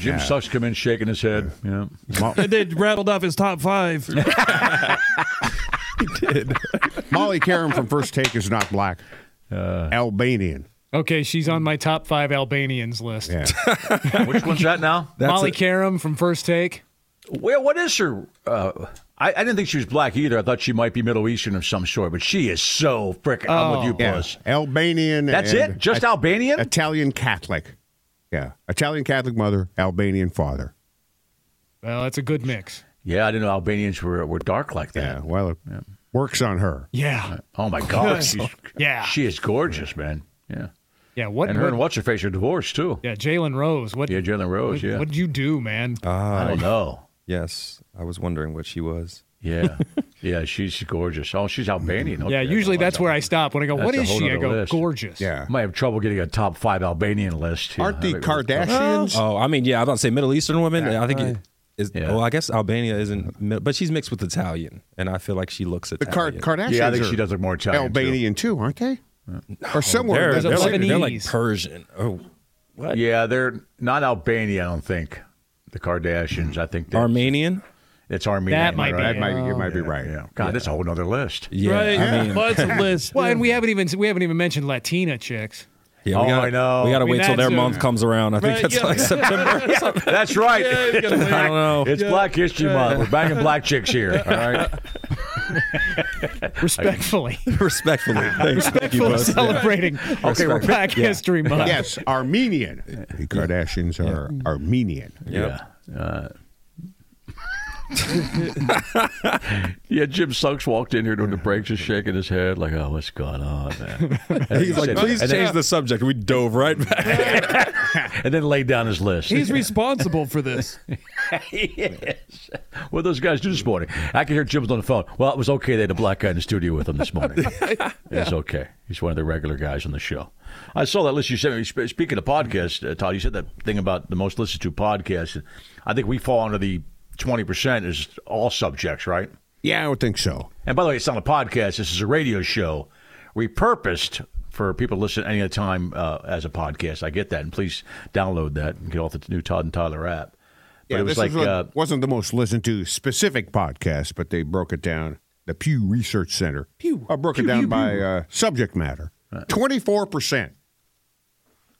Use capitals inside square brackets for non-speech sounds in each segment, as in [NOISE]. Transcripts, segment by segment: Jim Sucks come in shaking his head. Yeah. and they rattled off his top five. Molly Karam from First Take is not black. Uh. Albanian. [LAUGHS] Okay, she's on my top five Albanians list. [LAUGHS] Yeah. Which one's that now? Molly Karam from First Take. Well, what is her? Uh, I, I didn't think she was black either. I thought she might be Middle Eastern of some sort, but she is so frickin' I'm Oh. with you, Buzz. Albanian. That's and it? Just Albanian? Italian Catholic. Yeah. Italian Catholic mother, Albanian father. Well, that's a good mix. yeah, I didn't know Albanians were, were dark like Yeah. that. Well, it works on her. Yeah. Oh, my [LAUGHS] God. She's, Yeah. She is gorgeous, man. Yeah. Yeah. What? And her what- and What's Her Face are divorced, too. yeah, Jalen Rose. What? Yeah, Jalen Rose. what, Yeah. What'd you do, man? I don't know. Yes, I was wondering what she was. [LAUGHS] Yeah. yeah, she's gorgeous. Oh, she's Albanian. yeah. Okay, Usually I that's where I realize stop when I go. That's What a is whole she? I nother go list. gorgeous. that. Yeah. Might have trouble getting a top five Albanian list. here. Aren't the I think we're- Kardashians? [LAUGHS] Oh, I mean, yeah, I was about to say Middle Eastern women. I think it is. Uh, Yeah. Well, I guess Albania isn't, mid- but she's mixed with Italian, and I feel like she looks the Car- Italian. Kardashians Yeah, I think are she does look more Italian. Albanian too. aren't they? Or somewhere. they're, There's a they're like, Lebanese. they're like Persian. Oh, Too. Yeah, they're not Albania, I don't think. The Kardashians, I think. that's- Armenian. It's Armenian. That might right? that might, you might be right. Yeah. God, that's a whole other list. Yeah, right? I [LAUGHS] mean, well, it's a list. Well, and we haven't even we haven't even mentioned Latina chicks. yeah, we Oh, gotta, I know. We got to I mean, wait till their that's a- month comes around. I think that's [LAUGHS] Right, [LAUGHS] yeah. [LAUGHS] like September. or something. [LAUGHS] That's right. it's gonna I work. don't know. [LAUGHS] It's Black History Month. We're banging black chicks here. All right. Respectfully, Respectfully, thanks. Thank you, Full Buzz. Yeah. [LAUGHS] celebrating Okay, we're Black Yeah. History Month. Yes, Armenian. The Kardashians are Armenian. Yep. Yeah. Uh, [LAUGHS] yeah, Jim Suggs walked in here during the break, just shaking his head, like, "Oh, what's going on?" [LAUGHS] Man? He's like, please and change then, the subject. We dove right back. and then laid down his list. He's responsible for this. yes. What did those guys do this morning? I could hear Jim was on the phone. Well, it was okay. They had a black guy in the studio with them this morning. It's okay. He's one of the regular guys on the show. I saw that list you sent me. Sp- Speaking of podcasts, uh, Todd, you said that thing about the most listened to podcast. I think we fall under the 20% is all subjects, right? Yeah, I would think so. And by the way, it's not a podcast. This is a radio show repurposed for people to listen any other time uh, as a podcast. I get that. And please download that and get off the new Todd and Tyler app. But Yeah, it was this like, is what- uh, wasn't the most listened to specific podcast, but they broke it down. The Pew Research Center Pew uh, broke it down by uh, subject matter. Twenty four percent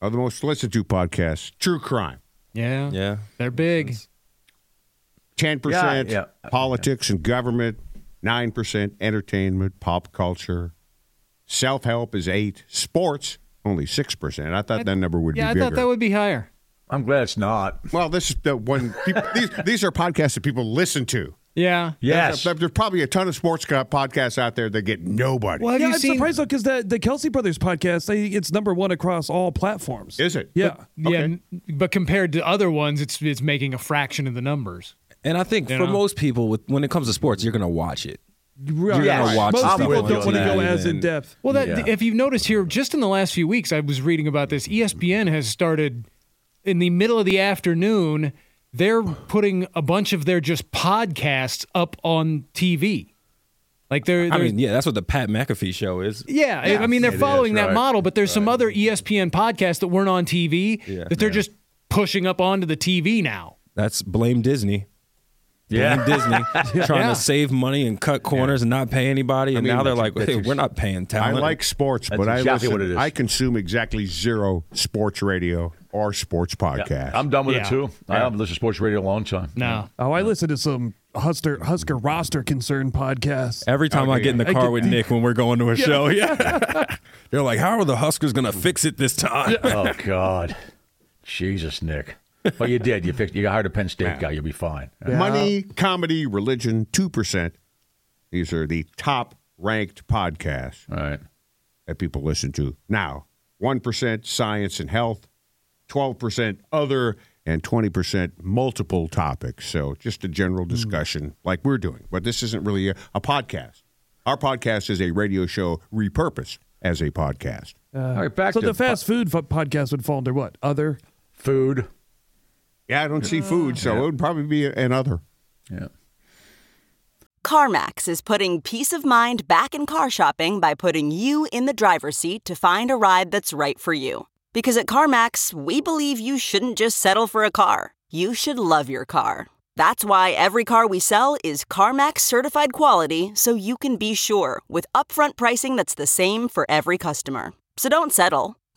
of the most listened to podcasts, true crime. [LAUGHS] Yeah. Yeah. They're big. Ten percent Yeah, yeah. politics and government. Nine percent entertainment, pop culture, self help is eight. Sports only six percent. I thought that number would Yeah, I be bigger. thought that would be higher. I'm glad it's not. well, this is the one. People, these these are podcasts that people listen to. Yeah. Yes. There's, there's probably a ton of sports co- podcasts out there that get nobody. Well, have yeah, you I'm seen? surprised though because the the Kelsey Brothers podcast, they, it's number one across all platforms. Is it? Yeah. Yeah, n- but compared to other ones, it's it's making a fraction of the numbers. [LAUGHS] And I think You for know? most people, with, when it comes to sports, you're gonna watch it. Right. You're gonna watch Most stuff people on don't want to YouTube go as in and- depth. Well, that Yeah. if you've noticed here, just in the last few weeks, I was reading about this. E ESPN has started in the middle of the afternoon. They're putting a bunch of their just podcasts up on TV. Like they're, I they're- mean, yeah, that's what the Pat McAfee show is. yeah, I- I mean they're It is, following that right, model, but there's some other E ESPN podcasts that weren't on TV Yeah. that they're just pushing up onto the TV now. That's blame Disney. Yeah. Blame Disney trying Yeah. to save money and cut corners and not pay anybody. And mean, now they're that's- like, hey, we're not paying I talent. like sports, That's but I exactly listen, what it is. I consume exactly zero sports radio or sports podcasts. I'm done with Yeah. it too. I haven't listened to sports radio in a long time. No, Oh, I listen to some Husker Husker roster concern podcasts. Every time I get in the I car get- with Nick when we're going to a show, yeah, they're like, "How are the Huskers gonna fix it this time?" [LAUGHS] Oh God, Jesus, Nick. Well, you did. You fixed. You hired a Penn State guy. You'll be fine. Money, comedy, religion, two percent. These are the top ranked podcasts All right. that people listen to now. One percent science and health, twelve percent other and 20% multiple topics. So just a general discussion like we're doing. But this isn't really a, a podcast. Our podcast is a radio show repurposed as a podcast. All right, back So to the fast food f- podcast would fall under what? Other? food. Yeah, I don't see food, so it would probably be another. Yeah. CarMax is putting peace of mind back in car shopping by putting you in the driver's seat to find a ride that's right for you. Because at CarMax, we believe you shouldn't just settle for a car, you should love your car. That's why every car we sell is CarMax certified quality so you can be sure with upfront pricing that's the same for every customer. So don't settle.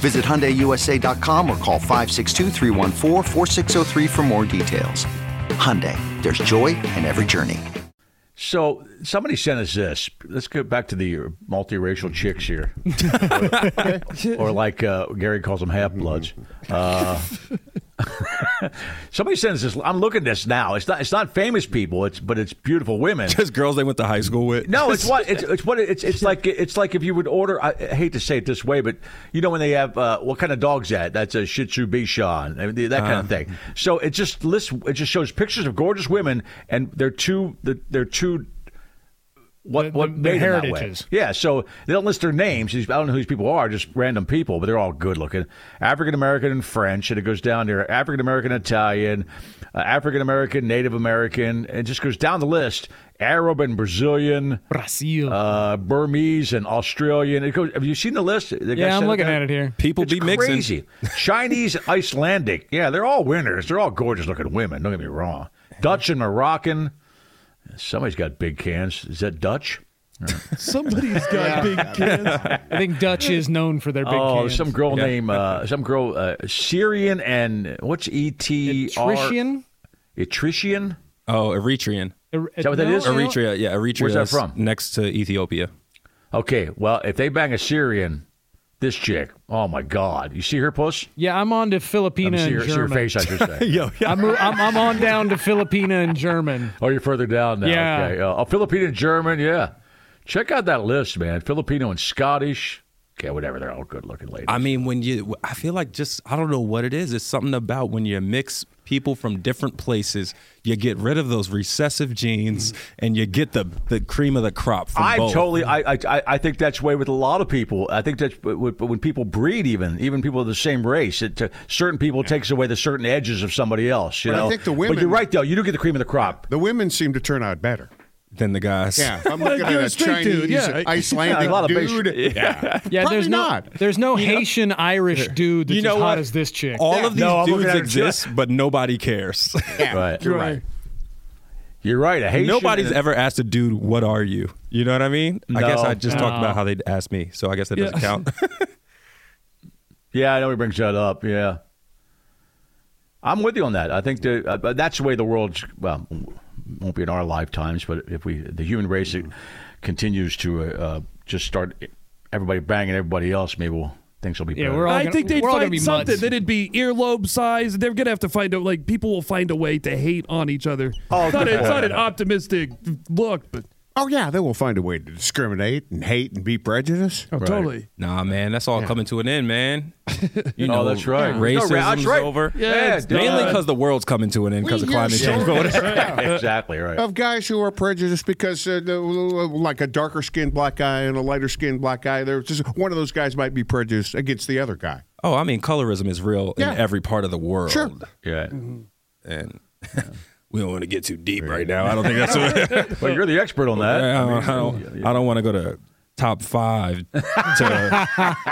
Visit HyundaiUSA.com or call 562-314-4603 for more details. Hyundai, there's joy in every journey. So somebody sent us this. Let's go back to the multiracial chicks here, [LAUGHS] or, like uh, Gary calls them half bloods. Uh, [LAUGHS] somebody sends this. I'm looking at this now. It's not. It's not famous people. It's but it's beautiful women. Just girls they went to high school with. No, [LAUGHS] it's what it's, it's what it's it's like it's like if you would order. I, I hate to say it this way, but you know when they have uh, what kind of dog's that? That's a Shih Tzu Bichon, I mean, that kind Uh. of thing. So it just lists. It just shows pictures of gorgeous women, and they're two. They're two. What The- what the- made their them that way. heritages. Yeah, so they don't list their names. These- I don't know who these people are, just random people, but they're all good looking. African American and French, and it goes down there. African American, Italian, uh, African American, Native American, and it just goes down the list. Arab and Brazilian, Brazil. uh, Burmese and Australian. It goes, have you seen the list? The guy yeah, sent I'm looking down? at it here. People It's be mixing. crazy. Chinese, [LAUGHS] Icelandic. Yeah, they're all winners. They're all gorgeous looking women. Don't get me wrong. Dutch and Moroccan. Somebody's got big cans. Is that Dutch? Somebody's got big kids. I think Dutch is known for their big oh, cans. some girl named uh, some girl uh, Syrian and what's E T R Etritian? Etritian? Oh, Eritrean. Er- that what that no, is? no. Eritrea, yeah, Eritrea. Where's that is from? Next to Ethiopia. Okay, well if they bang a Syrian, this chick. Oh my God! You see her puss? Yeah, I'm on to I mean, Filipina see, and her, see her German. face, I should say. Yo, [LAUGHS] yeah. I'm, I'm, I'm on down to Filipina and German. Oh, you're further down now. Yeah. Okay. Uh, oh, Filipino and German. Yeah. Check out that list, man. Filipino and Scottish. Okay, whatever. They're all good looking ladies. I mean, when you, I feel like just, I don't know what it is. It's something about when you mix people from different places, you get rid of those recessive genes and you get the, the cream of the crop from I both. totally. I, I I- I think that's the way with a lot of people. I think that's but but when people breed, even even people of the same race, it uh, certain people takes away the certain edges of somebody else. You But I know. think the But women- you're right though. You do get the cream of the crop. The women seem to turn out better. Than the guys. Yeah, [LAUGHS] I'm looking You're at a a straight Chinese, dude, yeah. Icelandic Yeah, a lot of base- dude. Yeah, Yeah, Probably there's no not. there's no Haitian Irish dude that's You know as hot what? as this chick. All of these No, I'm looking dudes at it. exist, but nobody cares. [LAUGHS] Yeah, Right. You're right. You're right. A Haitian Nobody's and- ever asked a dude, "What are you?" You know what I mean? I guess No. I just talked about how they'd ask me, so I guess that doesn't Yeah. count. [LAUGHS] Yeah, I know he brings that up. Yeah, I'm with you on that. I think the, uh, that's the way the world's well won't be in our lifetimes, but if we the human race continues to uh, uh, just start everybody banging everybody else, maybe we'll, things will be Yeah, better. we're all- I gonna- think they'd we're all gonna find be something. mutts. Then it'd be earlobe size. They're gonna have to find out. Like people will find a way to hate on each other. Oh, it's not, it's not an optimistic look, but Oh yeah, they will find a way to discriminate and hate and be prejudiced. oh, totally. nah, man, that's all coming to an end, man. You Oh, that's right. Racism's No, that's right. over. Yeah, it's Mainly done. because the world's coming to an end because of We hear climate change. stories [LAUGHS] exactly right. [LAUGHS] Of guys who are prejudiced because, uh, the- like a darker skinned black guy and a lighter skinned black guy, they're just one of those guys might be prejudiced against the other guy. Oh, I mean, colorism is real Yeah. in every part of the world. Sure. Yeah, And [LAUGHS] we don't want to get too deep right now. I don't think that's what. well, you're the expert on that. [LAUGHS] I don't, I don't, I don't want to go to top five to,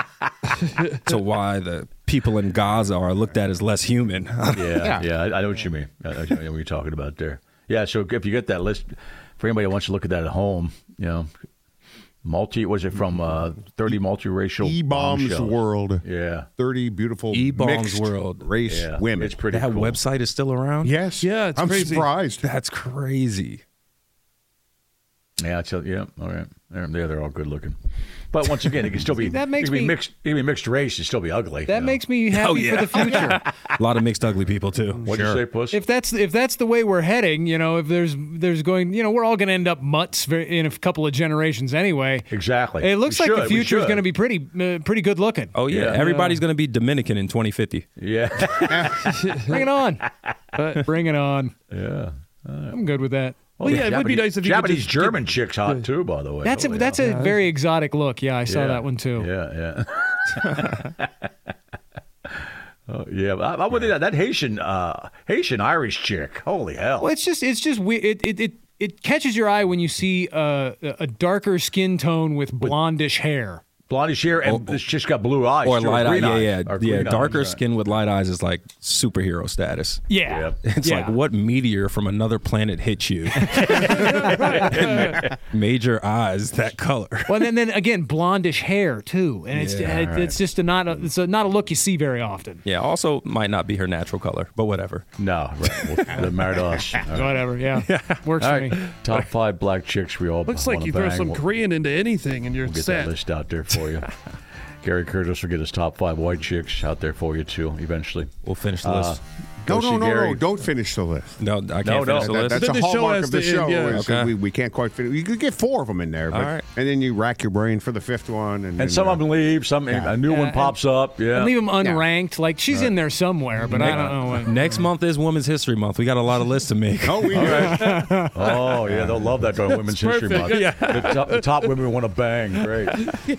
to why the people in Gaza are looked at as less human. Yeah, yeah, I, I know what you mean. I, I know what you're talking about there. Yeah, so if you get that list, for anybody who wants to look at that at home, you know, Multi was it from uh, thirty multiracial E bombs bombshells? world. Yeah, Thirty beautiful [LAUGHS] E-bombs mixed world. race yeah. women. It's pretty that cool. website is still around. yes. Yeah, it's I'm crazy. surprised. that's crazy. Yeah, it's a, yeah. All right, there they're, they're all good looking, but once again, it can [LAUGHS] still be that makes it can be me- mixed. It can be mixed race and still be ugly. That you know. makes me happy for the future. A lot of mixed ugly people too. What'd you say, puss? if that's if that's the way we're heading, you know, if there's there's going, you know, we're all going to end up mutts ver- in a couple of generations anyway. exactly. It looks We like should, the we future is should. going to be pretty uh, pretty good looking. Oh yeah, Yeah. everybody's going to be Dominican in 2050. [LAUGHS] Yeah. Bring it on. Bring it on. Yeah. I'm good with that. Well, yeah, it would be nice if you could Japanese just get- German chicks hot too. By the way, That's a, Oh, yeah. that's a very exotic look. Yeah, I saw Yeah. that one too. Yeah, yeah. [LAUGHS] oh, yeah, but I, I would yeah. that Haitian uh, Haitian Irish chick. Holy hell! Well, it's just it's just we it it it, it catches your eye when you see a, a darker skin tone with blondish hair. Blondish hair, and this chick's got blue eyes Or too, light eye, green yeah, eyes, yeah, or yeah. green Darker eyes, right. skin with light eyes is like superhero status. Yeah. It's Yeah. like what meteor from another planet hit you? [LAUGHS] And major eyes that color. Well, then then again, blondish hair too, and it's Yeah, it- it's just a not a, it's a, not a look you see very often. Yeah, also might not be her natural color, but whatever. No, right. Well, doesn't matter to us. All right. Whatever. Yeah. Works All for right. me. Top five black chicks we all Looks like wanna you throw bang. some We'll- Korean into anything and you're We'll get set. that list out there for you. Gary Curtis will get his top five white chicks out there for you too. Eventually, We'll finish the Uh, list. No, Go no, see no, Gary. no. Don't finish the list. No, I no. can't finish That- the list. that's Then a the show hallmark has of the to end, show. yeah. is that Okay. we, we can't quite finish. You could get four of them in there, but, All right. and then you rack your brain for the fifth one, and, then, and some uh, of them leave. Some a new one and- pops up. Yeah, And leave them unranked. Like she's in there somewhere, but I don't know. What. Next month is Women's History Month. We got a lot of lists to make. Oh, [LAUGHS] we Oh yeah, they'll love that during Women's History Month. The, top, the top women we want to bang. Great.